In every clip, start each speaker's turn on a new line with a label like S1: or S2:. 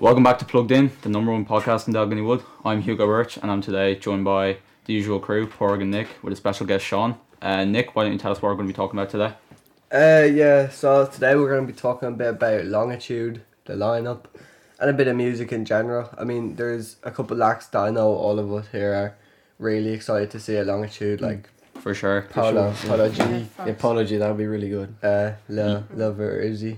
S1: Welcome back to Plugged In, the number one podcast in Dalgony Wood. I'm Hugo Birch, and I'm today joined by the usual crew, Porg and Nick, with a special guest, Sean. Uh, Nick, why don't you tell us what we're going to be talking about today?
S2: Uh, yeah, so today we're going to be talking a bit about longitude, the lineup, and a bit of music in general. I mean, there's a couple of acts that I know all of us here are really excited to see at longitude, like
S1: Mm, For sure.
S2: Paolo, Paolo G,
S3: Yeah,
S4: The apology, that would be really good.
S2: uh, Lil,
S1: Mm.
S2: Lil Uzi.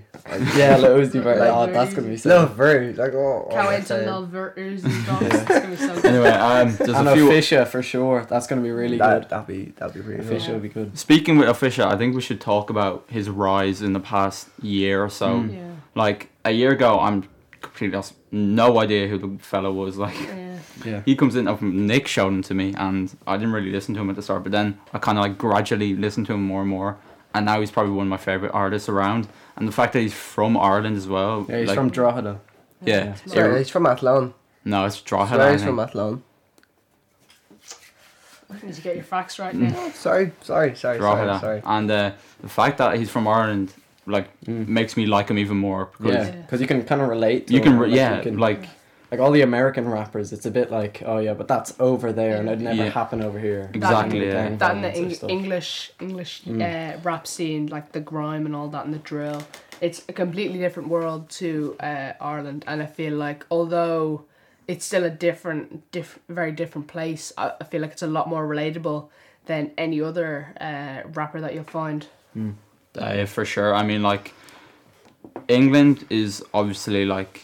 S4: Yeah, like Uzi Vert.
S2: Like-
S4: oh, that's gonna be sick.
S2: Lil Ver, like, oh,
S3: Can't wait till
S2: oh,
S3: Lil Vert Uzi drops. It's gonna be so good.
S1: Anyway, um, there's
S4: and
S1: a few.
S4: Fisher for sure. That's gonna be really
S2: that, that'd be, that'd be
S4: good.
S2: really
S4: Fisher
S2: cool.
S4: would be good.
S1: Speaking with Official, I think we should talk about his rise in the past year or so.
S3: Yeah,
S1: Like a year ago, I'm completely lost. No idea who the fellow was. Like
S3: yeah.
S4: Yeah.
S1: he comes in, um, Nick showed him to me, and I didn't really listen to him at the start. But then I kind of like gradually listened to him more and more, and now he's probably one of my favorite artists around. And the fact that he's from Ireland as well.
S4: Yeah, he's
S1: like-
S4: from Drogheda.
S1: Yeah.
S3: It's
S2: Sorry,
S3: mad.
S2: he's from Athlone.
S1: No, it's Drogheda.
S2: Sorry,
S1: I
S2: he's
S1: think.
S2: from Athlone.
S3: Did you get your facts
S1: Mm.
S3: right now?
S2: Oh, Sorry, sorry, sorry, sorry,
S1: Drogheda.
S2: sorry.
S1: And uh, the fact that he's from Ireland like makes me like him even more because
S4: Yeah,
S3: Yeah.
S4: because you can kind of relate. To
S1: mm. you can
S4: him,
S1: re-
S4: like,
S1: yeah
S4: you can-
S1: like
S4: like all the American rappers, it's a bit like, oh yeah, but that's over there, and it'd never
S1: Yeah.
S4: happen over here.
S1: Exactly,
S4: Like,
S1: yeah. Mm.
S4: gang
S3: That in the
S4: violence and
S3: Eng-
S4: stuff.
S3: English English uh, rap scene, like the grime and all that, and the drill. It's a completely different world to uh, Ireland, and I feel like although it's still a different, diff- very different place, I, I feel like it's a lot more relatable than any other uh, rapper that you'll find.
S1: uh, for sure. I mean like England is obviously like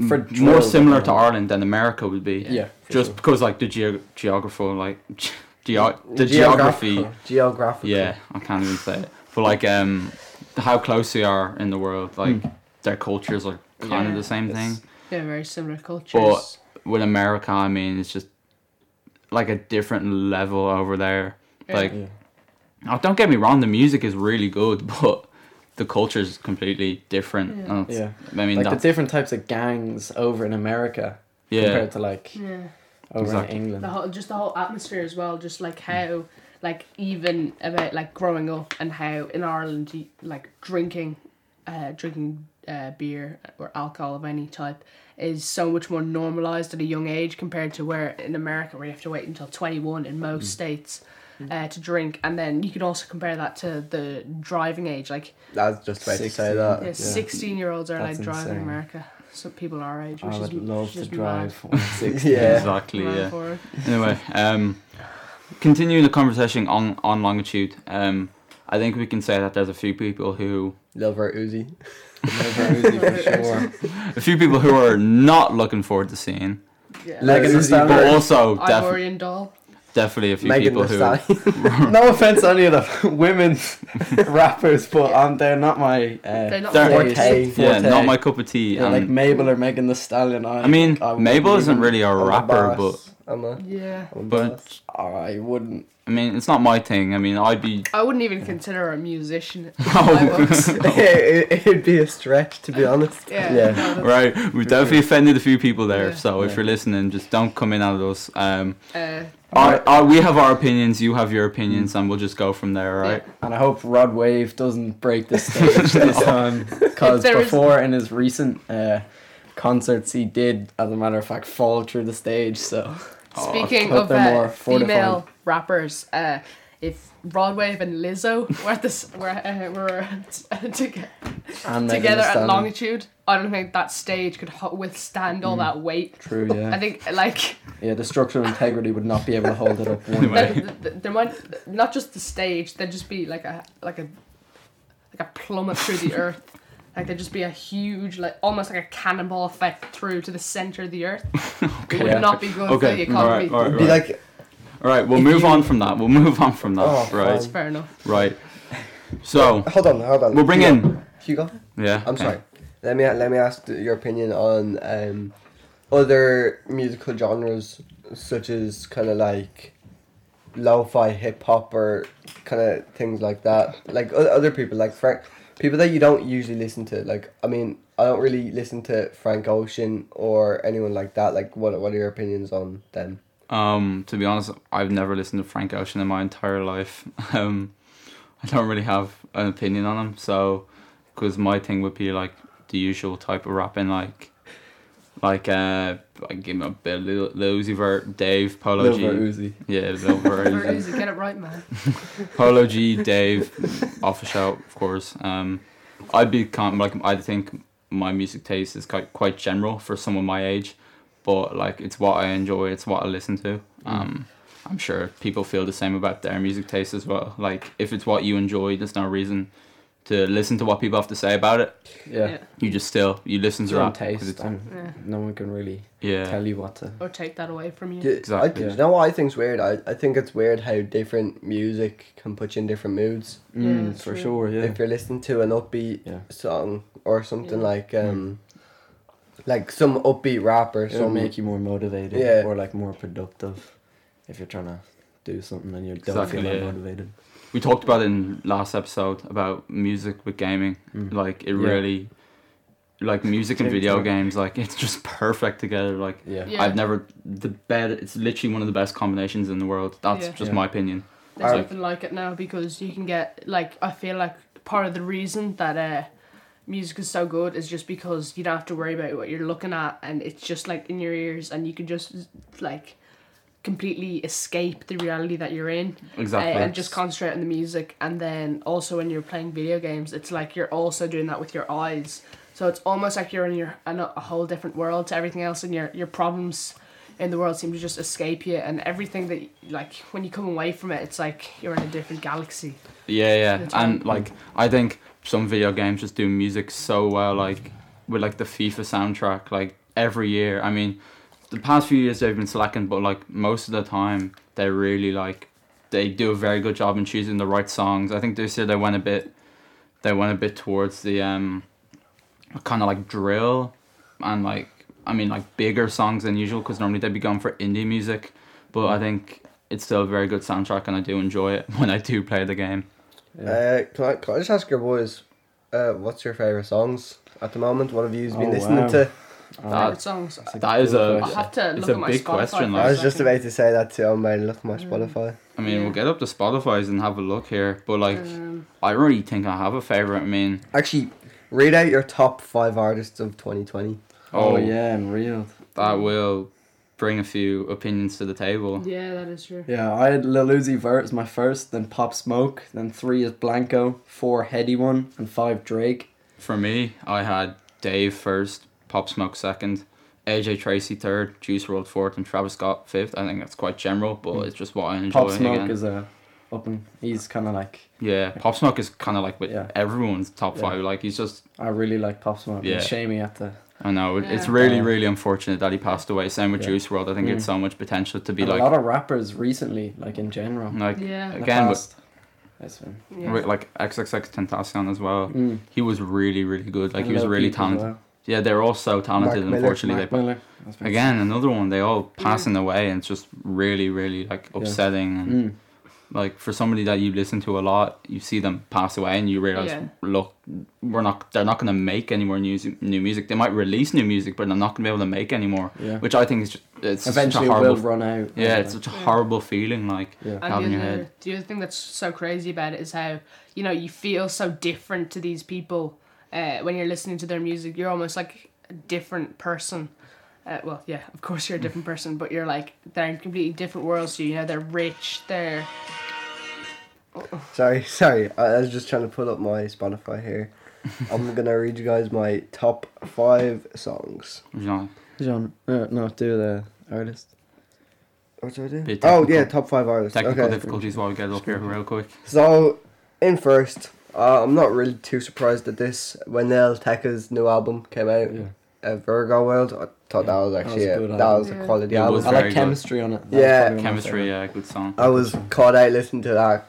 S1: m-
S4: For
S1: more
S4: drill,
S1: similar to
S4: definitely.
S1: Ireland than America would be.
S4: Yeah, for
S1: just
S4: sure.
S1: because like the geo geographical like geo the geography.
S2: Geographical.
S1: Yeah, I can't even say it. But like um, how close they are in the world, like their cultures are kind of
S3: Yeah.
S1: the same thing.
S4: Hmm. It's-
S3: Yeah, very similar cultures.
S1: But with America, I mean, it's just like a different level over there.
S3: Yeah.
S1: Like,
S4: Yeah.
S1: oh, don't get me wrong, the music is really good, but the culture is completely different.
S3: Yeah.
S1: And it's-
S4: Yeah.
S1: I mean,
S4: Like the
S1: that's,
S4: different types of gangs over in America
S1: yeah,
S4: compared to like
S3: yeah.
S4: over
S1: Exactly.
S4: in
S3: the
S4: England.
S3: whole just the whole atmosphere as well just like how like even about like growing up and how in ireland you, like drinking uh drinking uh beer or alcohol of any type is so much more normalized at a young age compared to where in america where you have to wait until 21 in
S4: Mm.
S3: most states uh, to drink and then you can also compare that to the driving age like
S2: That's just about to say
S4: 16.
S2: that.
S3: yeah, 16 year olds are
S4: Oh, That's
S3: like driving in
S4: insane.
S3: america some people our age which
S4: I
S3: is
S4: would love
S3: which
S4: to
S3: is
S4: drive one sixty.
S2: Yeah.
S1: exactly,
S3: mad, mad
S1: yeah.
S3: for it.
S1: anyway, um, continuing the conversation on on longitude, um, I think we can say that there's a few people who,
S2: Lil Vert Uzi.
S4: Over Uzi for sure.
S1: a few people who are not looking forward to seeing,
S3: yeah.
S4: Megan Thee
S2: Uzi
S1: but
S4: Stallion.
S1: also def-
S3: ivorian doll
S1: definitely a few
S2: Megan
S1: people
S2: Thee
S1: who.
S2: Stallion.
S4: no offense to any of the women rappers, but um, they're not my uh,
S3: They're not
S1: They're- my
S4: forte.
S2: forte.
S1: Yeah,
S4: forte.
S1: not my cup of tea.
S4: Yeah, like
S1: and-
S4: Mabel or Megan the Stallion. I,
S1: I mean,
S4: I wouldn't
S1: Mabel isn't
S4: even-
S1: really a
S2: I'm a
S1: rapper, but
S2: boss. I'm a,
S3: Yeah.
S2: I'm a
S1: but
S2: boss.
S4: I wouldn't.
S1: I mean, it's not my thing. I mean, I'd be.
S3: I wouldn't even consider her a musician.
S1: Oh,
S2: it, it'd be a stretch to be honest.
S3: Yeah.
S4: Yeah.
S3: no, that's-
S1: right, we've definitely offended a few people there.
S3: Yeah.
S1: So if
S4: Yeah.
S1: you're listening, just don't come in at us. Um,
S3: Uh,
S1: our, our, we have our opinions, you have your opinions, and we'll just go from there, right?
S4: And I hope Rod Wave doesn't break this stage this time, because
S3: there is-
S4: before in his recent uh, concerts he did, as a matter of fact, fall through the stage. So
S1: Oh,
S3: speaking
S4: hope
S3: of
S4: they're
S3: uh,
S4: more fortified.
S3: female rappers, uh, if Broadwave and Lizzo were at this were, uh, were to-
S4: and Megan Thee
S3: together at
S4: Stallion.
S3: Longitude, I don't think that stage could ho- withstand
S4: Hmm.
S3: all that weight.
S4: True,
S3: I
S4: yeah,
S3: think like
S4: yeah. The structural integrity would not be able to hold it up. One
S1: Anyway.
S4: way.
S3: there, there- there might not just the stage, there'd just be like a like a like a plummet through the earth. Like there'd just be a huge, like almost like a cannonball effect through to the center of the earth. It would
S4: Yeah.
S3: not be good for the
S1: Okay, all
S3: economy.
S1: right, all right,
S2: It'd be
S1: right.
S2: like
S1: all right. We'll
S2: if
S1: move
S2: you-
S1: on from that. We'll move on from that.
S2: Oh,
S1: right,
S2: fine.
S3: Fair enough.
S1: right. So
S2: hold on, hold on.
S1: we'll bring
S2: Hugo-
S1: in.
S2: Hugo.
S1: Yeah,
S2: I'm
S1: okay.
S2: sorry. Let me let me ask th- your opinion on um, other musical genres such as kind of like lo-fi hip hop or kind of things like that. Like o- other people, like Frank, people that you don't usually listen to. Like I mean, I don't really listen to Frank Ocean or anyone like that. Like what what are your opinions on them?
S1: Um, to be honest, I've never listened to Frank Ocean in my entire life. Um, I don't really have an opinion on him. So, because my thing would be like the usual type of rapping, like Like uh, I give him a bit of Lil, Lil Uzi Vert, Dave, Polo
S4: Lil
S1: G,
S4: Vert Uzi.
S1: yeah, Lil Vert
S3: Or
S1: Uzi.
S3: is it- Get it right, man.
S1: Polo G, Dave, off the shout, of course. Um, I'd be kind like I think my music taste is quite quite general for someone my age, but like it's what I enjoy, it's what I listen to.
S4: Mm.
S1: Um, I'm sure people feel the same about their music taste as well. Like if it's what you enjoy, there's no reason to listen to what people have to say about it.
S4: Yeah.
S1: You just still you listen
S4: It's
S1: to
S4: your own
S1: rap 'cause
S4: taste,
S1: it's-
S4: and
S3: Yeah.
S4: no one can really
S1: Yeah,
S4: tell you what to.
S3: Or take that away from you.
S2: Yeah, I,
S1: Exactly.
S2: do you know what I think's weird? I, I think it's weird how different music can put you in different moods.
S3: Mm,
S4: for
S3: true.
S4: sure. Yeah.
S2: If you're listening to an upbeat
S4: Yeah.
S2: song or something
S3: Yeah.
S2: like um, like some upbeat rap or
S4: It'll
S2: some
S4: Mm. make you more motivated.
S2: Yeah.
S4: Or like more productive, if you're trying to do something and you don't
S1: Exactly,
S4: feel that
S1: yeah.
S4: motivated.
S1: we talked about it in last episode about music with gaming.
S4: Mm.
S1: Like it
S4: Yeah.
S1: really, like music and
S4: Same
S1: video
S4: time.
S1: games, like it's just perfect together. Like
S4: Yeah.
S3: Yeah.
S1: I've never the bed. It's literally one of the best combinations in the world. That's
S3: Yeah.
S1: just
S4: Yeah.
S1: my opinion.
S3: There's
S1: Or-
S3: nothing like it now because you can get like I feel like part of the reason that uh music is so good is just because you don't have to worry about what you're looking at and it's just like in your ears and you can just like completely escape the reality that you're in uh,
S1: Exactly.
S3: and just concentrate on the music and then also when you're playing video games it's like you're also doing that with your eyes so it's almost like you're in your in a a whole different world to everything else and your your problems in the world seem to just escape you and everything that like when you come away from it it's like you're in a different galaxy
S1: yeah, yeah,
S3: That's
S1: and
S3: right.
S1: like I think some video games just do music so well. Like with like the FIFA soundtrack, like every year. I mean, the past few years they've been slacking, but like most of the time they really like they do a very good job in choosing the right songs. I think this year they went a bit they went a bit towards the um kind of like drill and like I mean like bigger songs than usual because normally they'd be going for indie music, but I think it's still a very good soundtrack and I do enjoy it when I do play the game.
S4: Yeah.
S2: Uh, can I, can I just ask your boys, uh, what's your favorite songs at the moment? What have you been
S4: Oh,
S2: listening
S4: wow.
S2: to?
S1: Uh,
S3: favorite songs
S4: It's a
S1: that is a-
S3: I'll
S4: good
S3: have to
S1: It's
S3: look
S1: a
S3: at my
S1: big
S3: Spotify
S1: question,
S3: for a
S1: like-
S2: I was just
S3: second.
S2: about to say that too. Oh man, look at my Spotify.
S1: I mean, we'll
S3: Yeah.
S1: get up to Spotify's and have a look here, but like
S3: Um,
S1: I really think I have a favorite. I mean,
S2: Actually, read out your top five artists of 2020.
S1: oh,
S4: Oh yeah, and real.
S1: that will bring a few opinions to the table.
S3: yeah that is true
S4: Yeah, I had Lil Uzi Vert as my first, then Pop Smoke, then three is Blanco, four Heady One, and five Drake.
S1: For me, I had Dave first, Pop Smoke second, AJ Tracy third, Juice World fourth, and Travis Scott fifth. I think that's quite general, but it's just what I enjoy.
S4: Mm. Pop Smoke
S1: again.
S4: is a up and he's kind of like
S1: yeah, Pop Smoke is kind of like with
S4: Yeah.
S1: everyone's top
S4: Yeah.
S1: five. Like he's just
S4: I really like Pop Smoke.
S1: Yeah.
S4: It's shamey at the
S1: I know it, it's
S3: Yeah.
S1: really
S4: Yeah.
S1: really unfortunate that he passed away. Same with
S4: Yeah.
S1: Juice World. I think it's
S4: Mm.
S1: so much potential to be
S4: and
S1: like
S4: a lot of rappers recently, like in general.
S1: like
S3: yeah
S4: The
S1: again with,
S4: past, that's been-
S3: yeah.
S1: with like XXX Tentacion as well.
S4: Mm.
S1: He was really really good. Like
S4: And
S1: he was
S4: Lil
S1: really
S4: Peep as
S1: talented.
S4: well.
S1: Yeah, they're all so talented.
S2: Miller,
S1: unfortunately, they
S4: Mac Miller. That's been-
S1: again another one they all passing away and it's just really really like
S4: Yeah.
S1: upsetting and
S4: Mm.
S1: like for somebody that you listen to a lot you see them pass away and you realize
S3: Yeah.
S1: look we're not they're not going to make any more new, new music they might release new music but they're not going to be able to make any more
S4: Yeah.
S1: which i think is just it's
S4: Eventually,
S1: such a
S4: it will
S1: horrible
S4: run out.
S1: yeah it's such a
S3: Yeah.
S1: horrible feeling like
S4: Yeah.
S1: Out in
S3: And the
S1: your
S3: other,
S1: head.
S3: the other thing that's so crazy about it is how you know you feel so different to these people uh, when you're listening to their music. You're almost like a different person. Uh, well, yeah, of course you're a different person, but you're like they're in completely different worlds. to You You know, they're rich. They're
S2: Sorry, sorry. I, I was just trying to pull up my Spotify here. I'm gonna read you guys my top five songs.
S1: you know
S4: John, uh, no, do the artist.
S2: What do I do?
S1: Bit
S2: Oh yeah,
S1: technical.
S2: top five artists.
S1: technical
S2: Okay.
S1: difficulties while we get up here real quick
S2: So, in first, uh, I'm not really too surprised at this. When Nell Tecca's new album came out,
S4: Yeah.
S2: uh, Virgo World, I thought that
S4: Yeah,
S2: was
S4: that was
S2: actually
S4: a
S2: a,
S4: good
S2: that
S4: album.
S2: was a
S3: Yeah.
S2: quality
S1: It
S2: album.
S1: was
S4: I
S1: very
S4: like
S1: good.
S4: chemistry on it. That was
S2: Yeah.
S4: probably one of my
S1: chemistry yeah good song
S2: I was caught out listening to that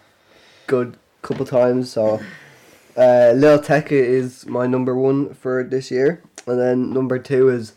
S2: good couple times. So, uh, Lil Tecca is my number one for this year, and then number two is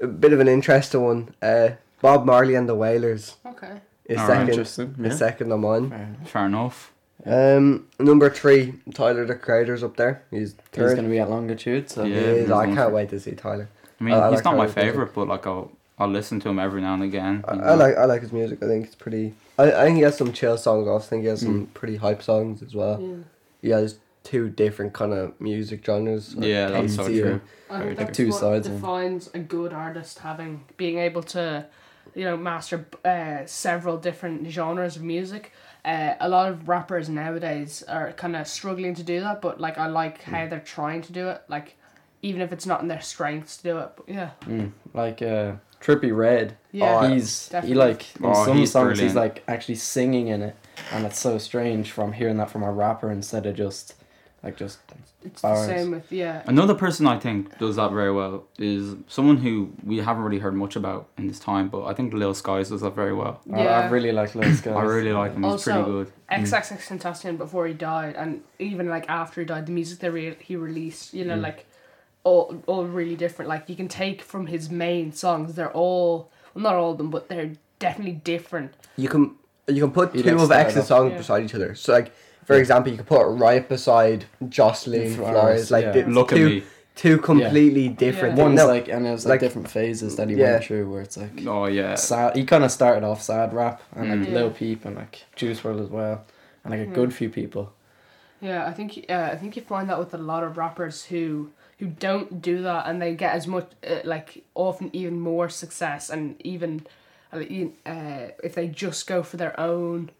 S2: a bit of an interesting one. Uh, Bob Marley and the Wailers
S3: okay.
S2: is
S1: All right.
S4: favorites.
S2: second.
S4: Interesting.
S2: Is second on mine.
S4: Yeah.
S1: fair enough
S2: Um, number three, Tyler the Creator's up there. He's
S4: He's
S2: third.
S4: gonna be at longitude, so
S1: Yeah.
S2: He
S1: he's
S2: is. I
S1: going
S2: can't
S1: for-
S2: wait to see Tyler.
S1: i mean
S2: I- I
S1: he's
S2: like
S1: not my
S2: Tyler's music.
S1: favorite but like i'll i'll listen to him every now and again
S2: I,
S1: you
S2: I
S1: know.
S2: like I like his music. I think it's
S1: Hmm.
S2: pretty. I, I think he has some chill songs. I also think he has some pretty hype songs as well.
S3: Yeah.
S2: He has two different kind of music genres. or
S1: Yeah, that's so
S2: tastes even.
S1: true.
S3: I think
S1: Very
S3: that's
S4: true. Two
S3: what
S4: sides of-
S3: defines a good artist having being able to, you know, master uh, several different genres of music. Uh, a lot of rappers nowadays are kind of struggling to do that, but like I like how
S4: Hmm.
S3: they're trying to do it. Like, even if it's not in their strengths to do it, but yeah,
S4: Mm, like uh, Trippy Red.
S3: Yeah, Oh,
S4: he's
S3: definitely.
S4: he like in
S1: Oh,
S4: some
S1: he's
S4: songs
S1: brilliant.
S4: he's like actually singing in it, and it's so strange from hearing that from a rapper instead of just like just
S3: it's
S4: Bars.
S3: the same with yeah.
S1: Another person I think does that very well is someone who we haven't really heard much about in this time, but I think Lil Skies does that very well.
S4: I, I really like Lil Skies.
S1: I really like him. He's
S3: Also-
S1: pretty good. Mm.
S3: XXX Tentacion before he died, and even like after he died, the music that re- he released, you know,
S1: Mm.
S3: like all all really different. Like you can take from his main songs, they're all well, not all of them, but they're definitely different.
S2: You can you can put
S4: He
S2: two
S4: likes
S2: of
S4: that
S2: X's
S4: enough.
S2: songs
S3: Yeah.
S2: beside each other. So like for example, you could put right beside Jocelyn
S4: Flowers,
S2: Flowers. Like
S4: yeah.
S2: the-
S1: Look at
S2: two,
S1: me.
S2: two completely different.
S3: Yeah.
S4: One's
S2: no,
S4: like and it was like,
S2: like-
S4: different phases that he
S2: Yeah.
S4: went through where it's like
S1: Oh yeah.
S4: sad. He kind of started off sad rap and like
S3: Mm.
S4: Lil
S3: Yeah.
S4: Peep and like Juice World as well, and like a good few people.
S3: Yeah, I think uh, I think you find that with a lot of rappers who who don't do that, and they get as much uh, like often even more success, and even uh, e- uh, if they just go for their own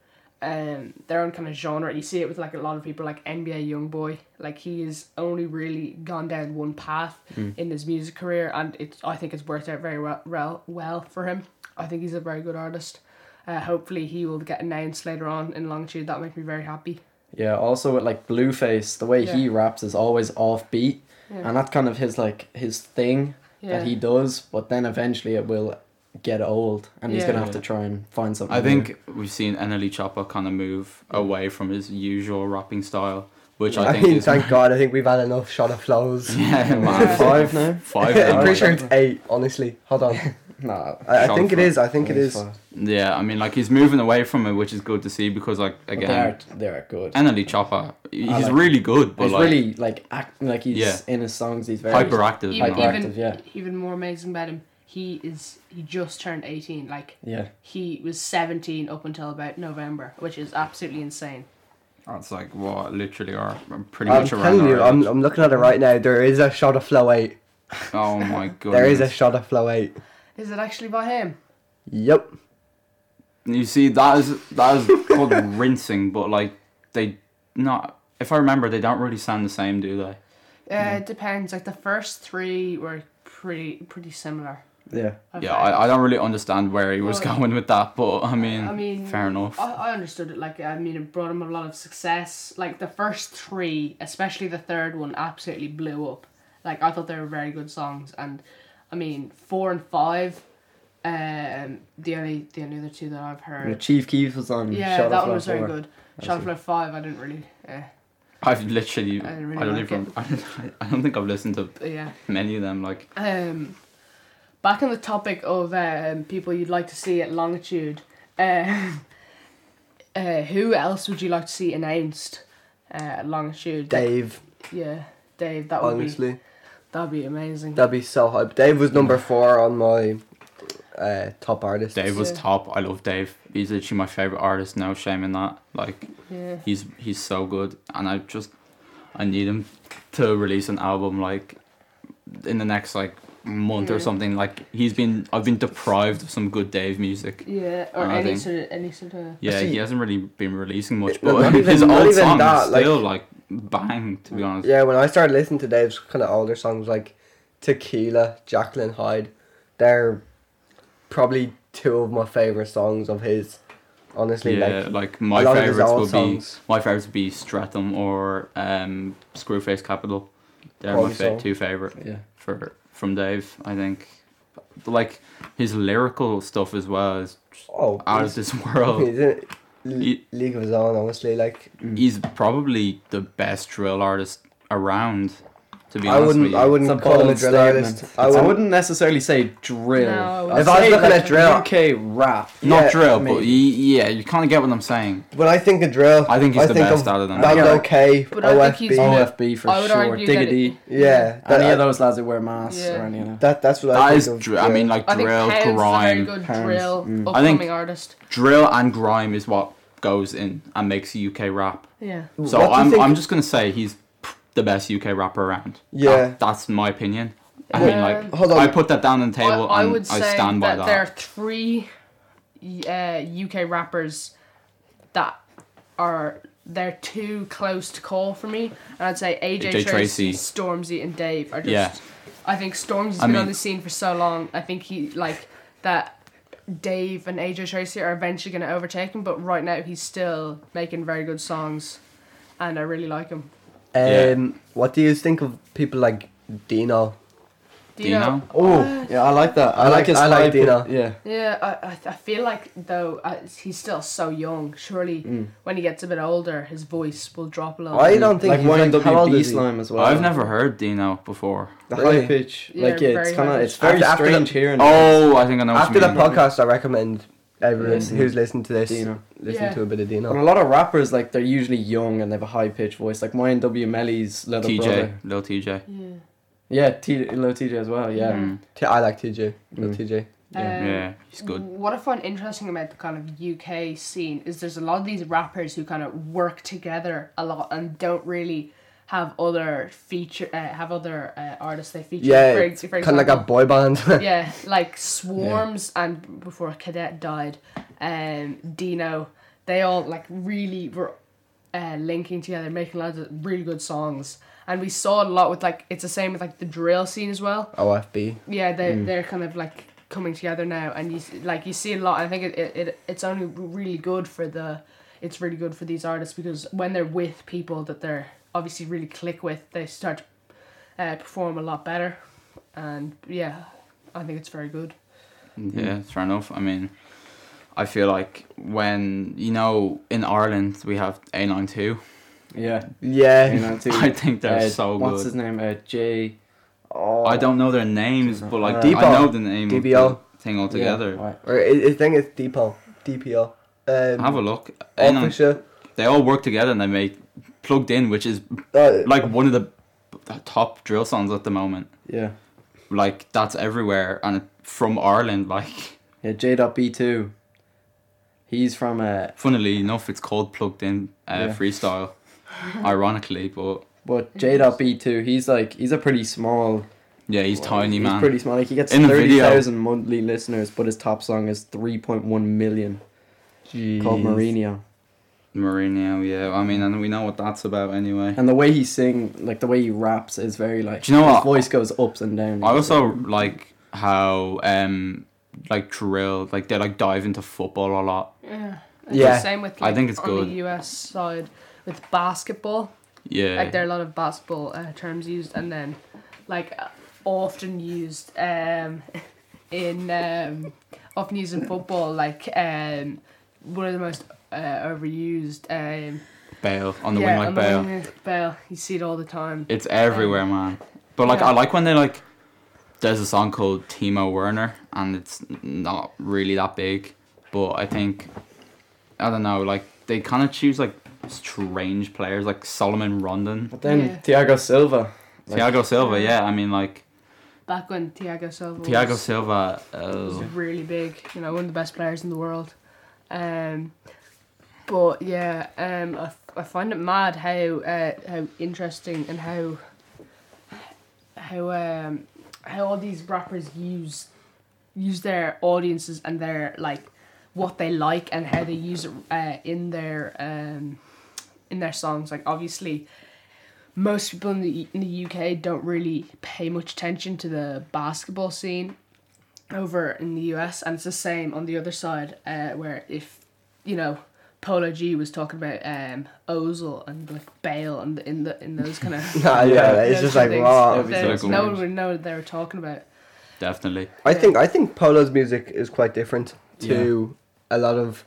S3: um their own kind of genre. You see it with like a lot of people like NBA YoungBoy, like he has only really gone down one path in his music career, and it I think it's worked out very well well, well for him. I think he's a very good artist. Uh, hopefully he will get announced later on in longitude. That makes me very happy.
S4: Yeah, also with like Blueface, the way he
S3: Yeah.
S4: raps is always off beat,
S3: Yeah.
S4: and that's kind of his like his thing
S3: Yeah.
S4: that he does. But then eventually it will get old, and he's
S3: Yeah.
S4: gonna have to try and find something.
S1: I
S4: new.
S1: think we've seen Eneli Choppa kind of move away from his usual rapping style, which
S2: I,
S1: I think
S2: mean,
S1: is
S2: thank God. I think we've had enough shot of flows.
S1: yeah,
S4: Is it
S1: man.
S4: five now.
S1: Five.
S2: I'm
S1: now.
S2: pretty sure it's eight. Honestly, hold on.
S4: Nah,
S2: I, I
S1: Shot
S2: think it
S1: of
S2: is. I think it
S4: only
S2: is.
S4: five.
S1: Yeah, I mean, like he's moving away from it, which is good to see because, like,
S4: But
S1: again,
S4: they are they are good.
S1: Eneli Choppa, he's
S4: I like
S1: really good, but
S4: he's
S1: like
S4: really like act like he's
S1: Yeah.
S4: in his songs. He's very
S1: hyperactive.
S3: even,
S1: man.
S4: Hyperactive,
S3: even,
S4: yeah.
S3: even more amazing about him he is he just turned 18 like
S4: yeah.
S3: he was 17 up until about november which is absolutely insane
S1: That's like what literally are pretty
S2: I'm
S1: much around.
S2: telling you,
S1: our
S2: I'm,
S1: age.
S2: I'm looking at it right now. There is a shot of flow eight.
S1: Oh my god.
S2: There is a shot of flow eight.
S3: is it actually by him
S2: Yep.
S1: You see, that is that is called rinsing, but like they not. If I remember, they don't really sound the same, do they?
S3: uh, it depends like the first three were pretty pretty similar
S4: Yeah.
S3: I've
S1: Yeah,
S3: found.
S1: I, I don't really understand where he was
S3: Well,
S1: going with that, but I mean,
S3: I mean,
S1: fair enough.
S3: I, I understood it. Like, I mean, it brought him a lot of success. Like, the first three, especially the third one, absolutely blew up. Like, I thought they were very good songs. And, I mean, four and five, um, the only the only other two that I've
S4: And the
S3: heard.
S4: Chief Keef was on.
S3: Yeah,
S4: Shot of
S3: that one
S4: Love
S3: was very
S4: Four.
S3: good. Shadowflow five, I didn't really. Uh,
S1: I've literally, I,
S3: I really
S1: don't
S3: like
S1: even,
S3: it.
S1: I don't, I don't think I've listened to
S3: but yeah.
S1: many of them. Like,
S3: Um, back on the topic of um, people you'd like to see at Longitude, um, uh, who else would you like to see announced uh, at Longitude?
S2: Dave,
S3: Yeah, Dave, that would be
S2: honestly,
S3: that'd be amazing.
S2: that'd be so hype. Dave was number four on my uh, top artist.
S1: Dave was
S3: Yeah.
S1: top. I love Dave. He's literally my favorite artist. No shame in that. Like,
S3: yeah.
S1: he's he's so good, and I just, I need him to release an album like, in the next like month or
S3: Yeah.
S1: something. Like, he's been, I've been deprived of some good Dave music.
S3: Yeah, or
S1: And I
S3: any
S1: think-
S3: sort of any sort of
S1: Yeah,
S2: See-
S1: he hasn't really been releasing much,
S2: No,
S1: but
S2: not even-
S1: his
S2: not
S1: old
S2: even
S1: songs
S2: that, like-
S1: still like bang. To be honest,
S2: Yeah, when I started listening to Dave's kind of older songs like Tequila, Jacqueline Hyde, they're probably two of my favorite songs of his. Honestly,
S1: yeah,
S2: like
S1: like
S2: a
S1: my
S2: lot of his
S1: favorites
S2: old
S1: would
S2: songs.
S1: be my favorites would be Stratham or um, Screwface Capital. They're my
S2: Probably
S1: fa-
S2: so.
S1: two favorite
S4: Yeah.
S1: for from Dave. I think, like his lyrical stuff as well is just
S2: oh,
S1: out of
S2: he's-
S1: this world.
S2: he's in
S1: He-
S2: Le- League of His Own. Honestly, like
S1: He's probably the best drill artist around. To be
S2: I
S1: honest
S2: wouldn't,
S1: with you.
S2: I
S4: It's a
S2: wouldn't call him a
S4: bold
S2: drill
S4: statement.
S2: artist.
S4: I
S2: I wouldn't.
S4: wouldn't necessarily say drill.
S3: No,
S4: I'd
S2: If I was
S4: say,
S2: looking
S4: like,
S2: at drill-
S4: UK rap.
S1: Not
S2: Yeah,
S1: drill, but
S4: maybe.
S1: ye- yeah, you kind of get what I'm saying.
S2: When I think of drill,
S1: I think he's the best
S2: of
S1: out of them.
S2: That's
S4: Yeah.
S2: okay.
S3: But I think he's
S2: OFB.
S3: more-
S4: OFB for
S3: I would
S4: sure.
S3: argue that it-
S4: Diggity.
S2: Yeah, that,
S4: Any of those lads that wear masks
S3: Yeah.
S4: or any of that.
S2: that that's what I
S1: That
S2: think
S1: is,
S2: of.
S1: dr- I mean, like
S3: I think
S1: drill,
S3: Pound's is a very
S1: grime,
S3: good
S4: Pounds,
S3: drill
S4: mm.
S1: I
S3: upcoming
S1: think-
S3: artist.
S1: drill and grime is what goes in and makes UK rap.
S3: Yeah.
S1: So
S2: What do you
S1: I'm
S2: think-
S1: I'm just gonna say he's the best UK rapper around.
S2: Yeah.
S1: That- that's my opinion. I mean, like,
S3: Um,
S2: Hold on.
S1: I put that down on the table,
S3: I, I
S1: and
S3: would say
S1: I stand by
S3: that,
S1: that.
S3: there are three uh, UK rappers that are they're too close to call for me, and I'd say AJ,
S1: AJ
S3: Tracy,
S1: Tracy.
S3: Stormzy, and Dave are just.
S1: Yeah.
S3: I think Stormzy's
S1: I
S3: been on
S1: mean-
S3: the scene for so long. I think he like that. Dave and AJ Tracy are eventually going to overtake him, but right now he's still making very good songs, and I really like him.
S1: Yeah.
S2: Um, What do you think of people like Dino?
S3: Do
S1: Dino?
S4: Oh, yeah, I like that. I,
S2: I
S4: like
S2: like-
S4: his
S2: I like
S4: hype.
S2: Dino.
S4: Yeah.
S3: Yeah, I, I, I feel like though uh, he's still so young. Surely when he gets a bit older, his voice will drop a little.
S2: Mm. I
S3: bit.
S2: don't think
S4: Like
S2: he's like, how old
S4: YNWB
S2: is he?
S4: slime as well.
S1: I've never heard Dino before.
S4: the
S2: Really?
S4: high pitch.
S3: Yeah,
S4: Like yeah,
S3: very
S4: it's kind
S3: high
S4: of it's
S2: pitch.
S4: very
S2: After- after
S4: strange here and
S1: Oh, I think I know. What
S2: After
S1: you
S2: that
S1: mean.
S2: podcast, I recommend everyone
S4: Listen.
S2: who's listening to this
S4: Dino.
S2: listen
S3: Yeah. Mm.
S2: to a bit of
S4: And
S2: Dino.
S4: a lot of rappers like they're usually young and they have a high pitched voice. Like YNW Melly's little brother.
S1: TJ, little TJ.
S3: Yeah.
S4: Yeah, T little TJ as well. Yeah.
S1: Mm.
S2: T- I like TJ. Lil
S4: Mm.
S2: TJ.
S4: Yeah.
S3: Um,
S1: yeah, he's good.
S3: What I find interesting about the kind of UK scene is there's a lot of these rappers who kind of work together a lot and don't really have other feature uh, have other uh, artists they feature.
S2: Yeah,
S3: for,
S2: it's
S3: ex- for
S2: kind of like a
S3: example.
S2: boy band.
S3: yeah, like Swarms and before Cadet died, um, Dino, they all like really were uh, linking together, making loads of really good songs. And we saw a lot with like it's the same with like the drill scene as well.
S2: OFB.
S3: Yeah, they
S1: Mm.
S3: they're kind of like coming together now, and you s- like you see a lot. I think it, it, it it's only really good for the it's really good for these artists because when they're with people that they're obviously really click with, they start to uh, perform a lot better, and yeah, I think it's very good.
S1: Yeah, fair enough. I mean, I feel like when you know in Ireland we have A92.
S4: Yeah.
S2: Yeah.
S4: You know, too.
S1: I think they're
S4: Uh,
S1: so
S4: What's
S1: good.
S4: his name? Uh, Jay. Oh.
S1: I don't know their names, but like
S4: Alright.
S1: I know the name of
S2: DBO.
S1: the thing
S4: Uh, Yeah,
S1: altogether.
S4: right.
S2: Or Oh. I, I think it's Depot. DPO. Um,
S1: Have a look. A9
S2: Official.
S1: they all work together and they make plugged in, which is
S2: Uh,
S1: like one of the top drill songs at the moment.
S4: Yeah.
S1: Like that's everywhere and from Ireland. Like
S4: Yeah. J.B2. He's from uh,
S1: funnily enough, it's called plugged in uh,
S4: Yeah.
S1: freestyle, ironically. But
S4: but J.B2. He's like he's a pretty small.
S1: yeah, he's tiny
S4: he's
S1: man.
S4: Pretty small. Like he gets
S1: In the
S4: thirty
S1: video.
S4: thousand monthly listeners, but his top song is three point one million called Mourinho.
S1: Mourinho, yeah. I mean, and we know what that's about anyway.
S4: And the way he sing, like the way he raps, is very like.
S1: Do you know
S4: his
S1: what?
S4: voice goes ups and downs.
S1: I also like how um like drill like they like dive into football a lot.
S3: Yeah,
S2: Yeah.
S3: same with.
S1: I
S3: Like,
S1: think it's
S3: on
S1: good.
S3: the US side with basketball.
S1: Yeah.
S3: Like there are a lot of basketball uh, terms used, and then like uh, often used um, in um, often used in football. Like um, one of the most uh, overused um,
S1: Bale on the wing
S3: yeah,
S1: like
S3: on the
S1: Bale.
S3: wing like Bale. You see it all the time.
S1: It's everywhere, man. But like,
S3: Yeah.
S1: I like when they like. There's a song called Timo Werner, and it's not really that big, but I think, I don't know, like they kind of choose like strange players, like Solomon Rondon,
S4: But then Thiago Silva. Like-
S1: Thiago Silva. Yeah, I mean like
S3: Back when Thiago Silva
S1: Thiago
S3: was,
S1: Silva.
S3: was
S1: Uh,
S3: really big, you know, one of the best players in the world. Um, but yeah, um, I, I find it mad how uh, how interesting and how how um how all these rappers use use their audiences and their like what they like and how they use it uh, in their um in their songs like obviously most people in the in the UK don't really pay much attention to the basketball scene over in the US and it's the same on the other side uh, where if you know Polo G was talking about um Ozil and like Bale and in the in those kind of
S2: Nah, yeah,
S4: Yeah,
S2: it's just
S3: those two
S2: like
S3: things.
S2: raw.
S4: Every-
S3: They-
S1: Like
S3: no
S1: orange.
S3: one would know what they were talking about.
S1: definitely.
S2: I think I think Polo's music is quite different to a lot of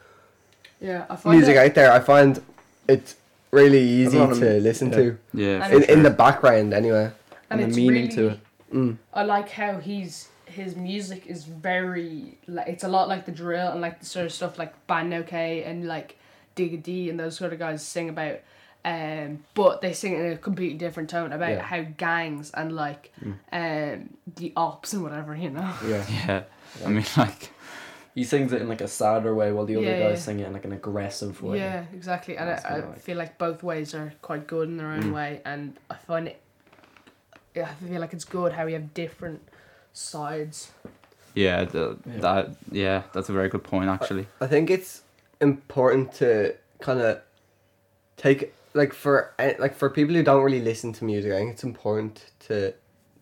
S3: Yeah, I find
S2: music
S3: that-
S2: out there. I find it's really easy
S4: lot of-
S2: to listen
S4: yeah.
S2: to
S1: Yeah.
S3: And
S1: for
S2: in, in
S1: sure.
S2: the background anyway.
S4: and the meaning to it.
S2: Mm.
S3: I like how he's his music is very like it's a lot like the drill and like the sort of stuff like Band OK and like Digga D and those sort of guys sing about. Um, but they sing in a completely different tone about
S2: Yeah.
S3: how gangs and
S4: Mm.
S3: like um, the ops and whatever you know.
S4: Yeah.
S1: Yeah, I mean, like,
S4: He sings it in like a sadder way, while the other
S3: Yeah,
S4: guys
S3: yeah.
S4: sing it in like an aggressive way.
S3: Yeah, exactly. And
S4: That's
S3: I, I
S4: kinda like- Mm.
S3: feel like both ways are quite good in their own way. And I find it, yeah, I feel like it's good how we have different sides.
S1: Yeah, the,
S4: Yeah.
S1: that yeah, that's a very good point actually.
S2: I think it's important to kind of take like for eh, like for people who don't really listen to music. I think it's important to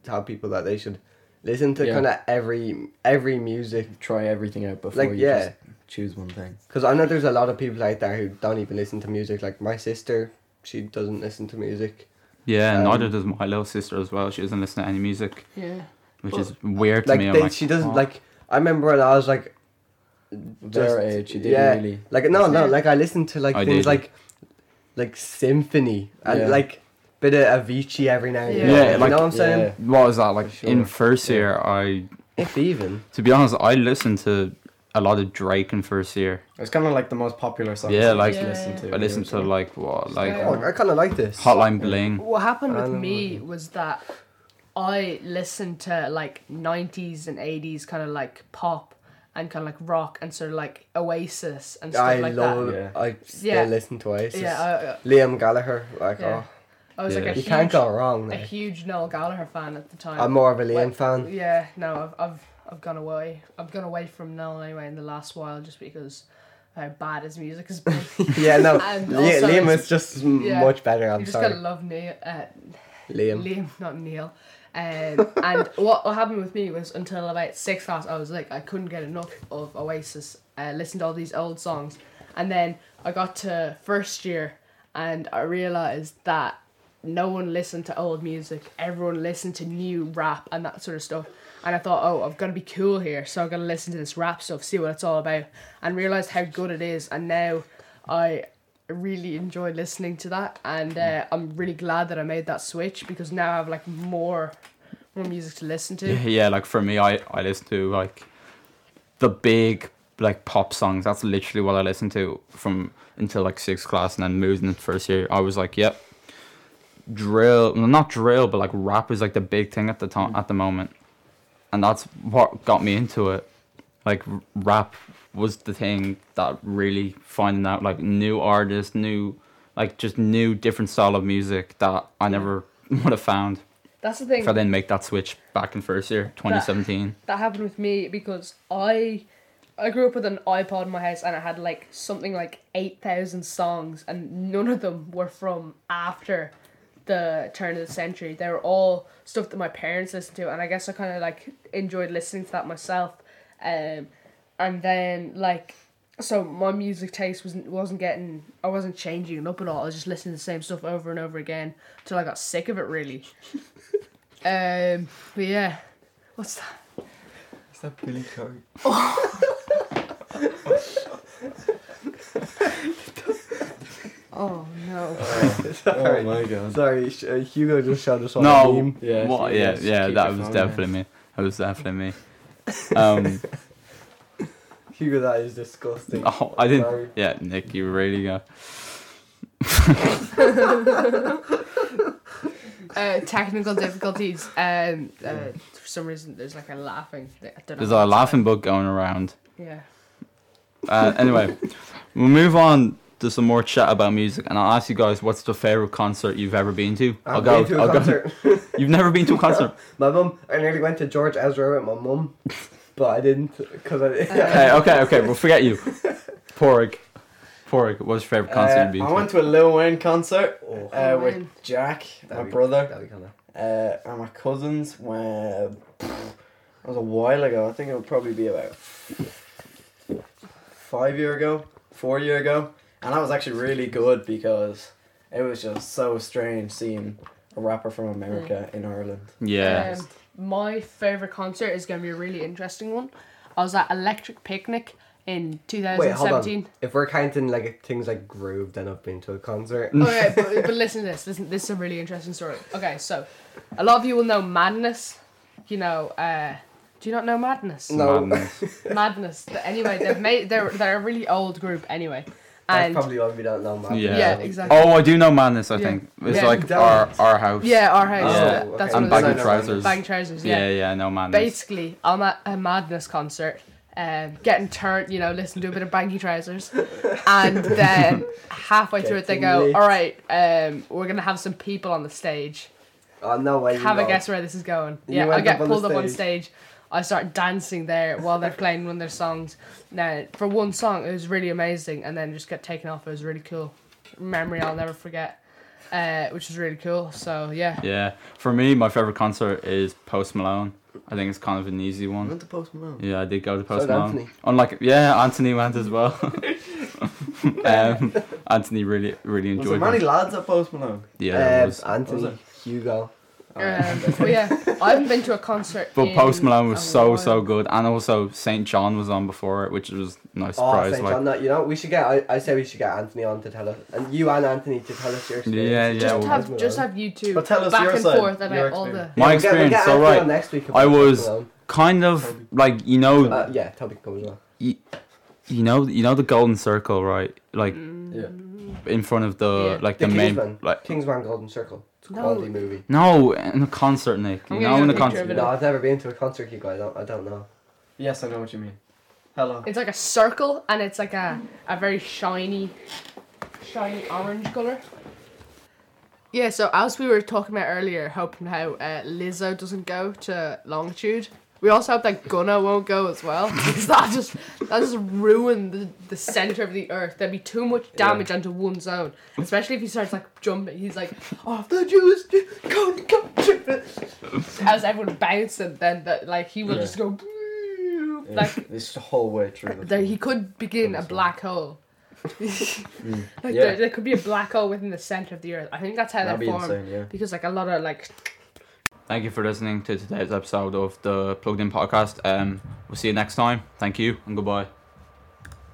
S2: tell people that they should listen to
S4: Yeah.
S2: kind of every every music
S4: Try everything out before
S2: Like,
S4: you
S2: yeah.
S4: just choose one thing.
S2: because I know there's a lot of people out there who don't even listen to music. Like my sister, she doesn't listen to music.
S1: Yeah,
S2: Um,
S1: neither does my little sister as well. She doesn't listen to any music,
S3: Yeah.
S1: which
S2: Well,
S1: is weird to
S2: Like,
S1: me. I'm
S2: they, she doesn't
S1: "Oh."
S2: like. I remember when I was like
S4: Their
S2: just-
S4: age, you didn't
S2: yeah,
S4: really.
S2: Like no, no.
S3: Yeah.
S2: Like I listened to like
S1: I
S2: things
S1: did.
S2: like, like symphony and
S4: Yeah.
S2: like bit of Avicii every now and
S3: Yeah.
S2: then.
S1: Yeah,
S2: you
S1: like-
S2: know what I'm saying?
S1: What was that like?
S4: For
S1: In
S4: sure,
S1: first
S4: yeah.
S1: year, I
S2: If even.
S1: to be honest, I listened to a lot of Drake in first year.
S4: It's kind of like the most popular song.
S1: Yeah, like-
S3: Yeah.
S1: I listened to like what like
S3: Yeah.
S2: Oh, I kind of like this.
S1: Hotline Bling.
S3: What happened
S2: I
S3: with
S2: don't
S3: me was that I listened to like 90s and 80s kind of like pop and kind of like rock and sort of like Oasis and stuff
S2: I
S3: like
S2: love.
S4: that.
S3: that.
S4: Yeah.
S2: I still
S3: Yeah.
S2: listen to Oasis.
S3: Yeah, I-
S2: Liam Gallagher, like
S3: Yeah. I, I was like
S1: Yeah.
S3: a
S2: oh, you
S3: huge,
S2: can't go wrong.
S3: a
S2: Like.
S3: huge Noel Gallagher fan at the time.
S2: I'm more of a Liam
S3: Well,
S2: fan.
S3: Yeah, no, I've, I've I've gone away. I've gone away from Noel anyway in the last while just because how bad his music has been. you
S2: Yeah, no,
S3: And
S2: Li-
S3: also
S2: Liam
S3: it's-
S2: is just m
S3: yeah.
S2: much better. I'm
S3: just
S2: sorry,
S3: gotta love Neil, uh,
S2: Liam.
S3: Liam, not Neil. Um, and what, what happened with me was until about sixth class, I was like I couldn't get enough of Oasis. Uh, listened to all these old songs, and then I got to first year, and I realized that no one listened to old music. Everyone listened to new rap and that sort of stuff. And I thought, oh, I've got to be cool here, so I'm gonna listen to this rap stuff, see what it's all about, and realized how good it is. And now I really enjoy listening to that, and uh, I'm really glad that I made that switch because now I have like more, more music to listen to.
S1: Yeah, yeah, like for me, I I listen to like the big like pop songs. That's literally what I listened to from until like sixth class, and then moved into first year. I was like, yep, drill, well, not drill, but like rap is like the big thing at the time at the moment, and that's what got me into it. Like r- rap was the thing that really finding out like new artists, new like just new different style of music that I never would have found
S3: That's the thing.
S1: if I didn't make that switch back in first year, 2017.
S3: that happened with me because I I grew up with an iPod in my house and it had like something like eight thousand songs and none of them were from after the turn of the century. They were all stuff that my parents listened to and I guess I kinda like enjoyed listening to that myself. Um and then like so my music taste wasn't wasn't getting I wasn't changing it up at all. I was just listening to the same stuff over and over again till I got sick of it really. um but yeah. What's that?
S2: Is that Billy Curry?
S3: Oh no.
S4: Oh
S2: sorry,
S4: my god.
S2: sorry. Sh- uh, Hugo just showed us all
S1: No,
S2: a meme.
S4: Yeah,
S1: what?
S4: so you
S1: Yeah,
S4: just
S1: yeah,
S4: keep
S1: that
S4: your
S1: was
S4: phone
S1: definitely me. That was definitely me. Um,
S2: Hugo, that is disgusting.
S1: oh, I didn't.
S2: Sorry.
S1: Yeah, Nick, you really go.
S3: uh, technical difficulties. Um, uh, for some reason, there's like a laughing. I don't know
S1: There's
S3: how
S1: a
S3: to-
S1: laughing book going around.
S3: Yeah.
S1: Uh, anyway, we'll move on to some more chat about music, and I'll ask you guys what's the favorite concert you've ever been to.
S2: I've been to a concert.
S1: You've never been to a concert.
S2: My mum, I nearly went to George Ezra with my mum, but I didn't because I.
S1: okay, okay, okay. We'll forget you. Porg, Porg, what's your favorite concert
S4: Uh,
S1: you've been
S4: I
S1: to?
S4: went to a Lil Wayne concert
S2: Oh.
S4: uh,
S3: Oh,
S4: with
S3: man.
S4: Jack, my
S2: That'd be-
S4: brother,
S2: that'd be kinda-
S4: uh, and my cousins. When that was a while ago. I think it would probably be about five year ago, four year ago, and that was actually really good because it was just so strange seeing a rapper from America in Ireland.
S1: yeah,
S3: Um, my favorite concert is going to be a really interesting one. I was at Electric Picnic in
S2: Wait, hold
S3: 2017.
S2: on. If we're counting like things like groove, then I've been to a concert.
S1: Mm.
S3: okay, Oh, but, but listen to this. Listen, this is a really interesting story. Okay, so a lot of you will know Madness. You know, uh, do you not know Madness?
S2: No.
S1: Madness.
S3: Madness. Anyway, they've made they're they're a really old group anyway,
S2: That's
S3: and
S2: probably why we don't know. Man.
S1: Yeah.
S3: yeah, exactly.
S1: Oh, I do know Madness. I
S3: Yeah.
S1: think it's
S3: Yeah.
S1: like
S2: Damn
S1: our
S2: it.
S1: our house.
S3: Yeah, our house.
S1: Yeah.
S3: Yeah,
S2: Oh,
S3: that's
S2: okay.
S1: and
S3: one
S2: Bag
S3: of
S1: baggy
S3: those.
S2: of
S1: trousers.
S3: Bang trousers.
S1: yeah,
S3: Yeah.
S1: yeah, no Madness.
S3: Basically, I'm at a madness concert, um, getting turned, you know, listen to a bit of baggy trousers, and then halfway through it they
S2: Getting
S3: go,
S2: lit.
S3: "All right, um, we're gonna have some people on the stage.
S2: Oh no way.
S3: Have
S2: you
S3: a
S2: know.
S3: guess where this is going."
S2: You
S3: yeah,
S2: went
S3: I
S2: up
S3: get
S2: on the
S3: pulled up on stage. I start dancing there while they're playing one of their songs. Now, for one song, it was really amazing, and then just got taken off. It was really cool memory I'll never forget, uh, which was really cool. So yeah,
S1: Yeah. For me, my favorite concert is Post Malone. I think it's kind of an easy
S4: I
S1: one.
S4: went to Post Malone.
S1: Yeah, I did go to
S2: So
S1: Post
S2: did
S1: Malone.
S2: Anthony.
S1: Unlike yeah, Anthony went as well. um, Anthony really really
S4: Was there
S1: enjoyed. it.
S4: many lads at Post Malone?
S1: Yeah, there
S2: Um,
S1: was.
S2: Anthony,
S4: Was
S2: Hugo.
S3: um, but yeah, I haven't been to a concert.
S1: But
S3: in
S1: Post Malone was
S3: a
S1: so
S3: while.
S1: so good, and also Saint John was on before it, which was a nice surprise.
S2: Oh, St.
S1: like,
S2: John, no, you know, we should get, I, I say we should get Anthony on to tell us, and you and Anthony to tell us your experience.
S1: Yeah, yeah,
S3: Just
S1: well-
S3: have just have you two
S4: Well, tell us
S3: back
S4: your
S3: and
S4: side,
S3: forth
S4: your
S3: about all the
S4: experience.
S1: my
S2: we'll get- we'll
S1: experience,
S2: get
S1: all
S2: Anthony
S1: right.
S2: on next week
S1: I
S2: about
S1: was-
S2: Post
S1: kind of like you know,
S2: Malone. Uh, yeah, Toby can come as well.
S1: you know, you know the golden circle, right? Like
S4: Yeah.
S1: in front of the
S3: Yeah.
S1: like
S2: The
S1: the, main
S2: Kingsman.
S1: like.
S2: Kingsman Golden Circle. It's a
S3: No.
S2: quality movie.
S1: No, in a concert, Nick.
S3: I'm
S1: You know,
S3: gonna get
S1: in
S3: a
S1: a
S3: picture of
S1: concert.
S3: it.
S2: No, I've never been to a concert, Hugo. I don't, I don't know.
S4: Yes, I know what you mean. Hello.
S3: It's like a circle and it's like a, a very shiny, shiny orange colour. Yeah, so as we were talking about earlier, hoping how uh, Lizzo doesn't go to Longitude, we also hope that Gunna won't go as well. Because that just that just ruin the, the centre of the earth. There'd be too much damage onto one zone. Especially if he starts like jumping. He's like, Oh the Jews do- go go jump." As everyone bounced and then that like he will
S4: Yeah.
S3: just go
S4: Yeah.
S3: like
S4: this whole way through. the
S3: there,
S4: film.
S3: he could begin a
S4: Understand.
S3: black hole.
S4: Mm.
S3: Like
S4: Yeah.
S3: there, there could be a black hole within the center of the earth. I think that's how
S4: That'd
S3: they
S4: be
S3: form.
S4: insane. Yeah.
S3: Because like a lot of like
S1: Thank you for listening to today's episode of the Plugged In Podcast. Um, we'll see you next time. Thank you and goodbye.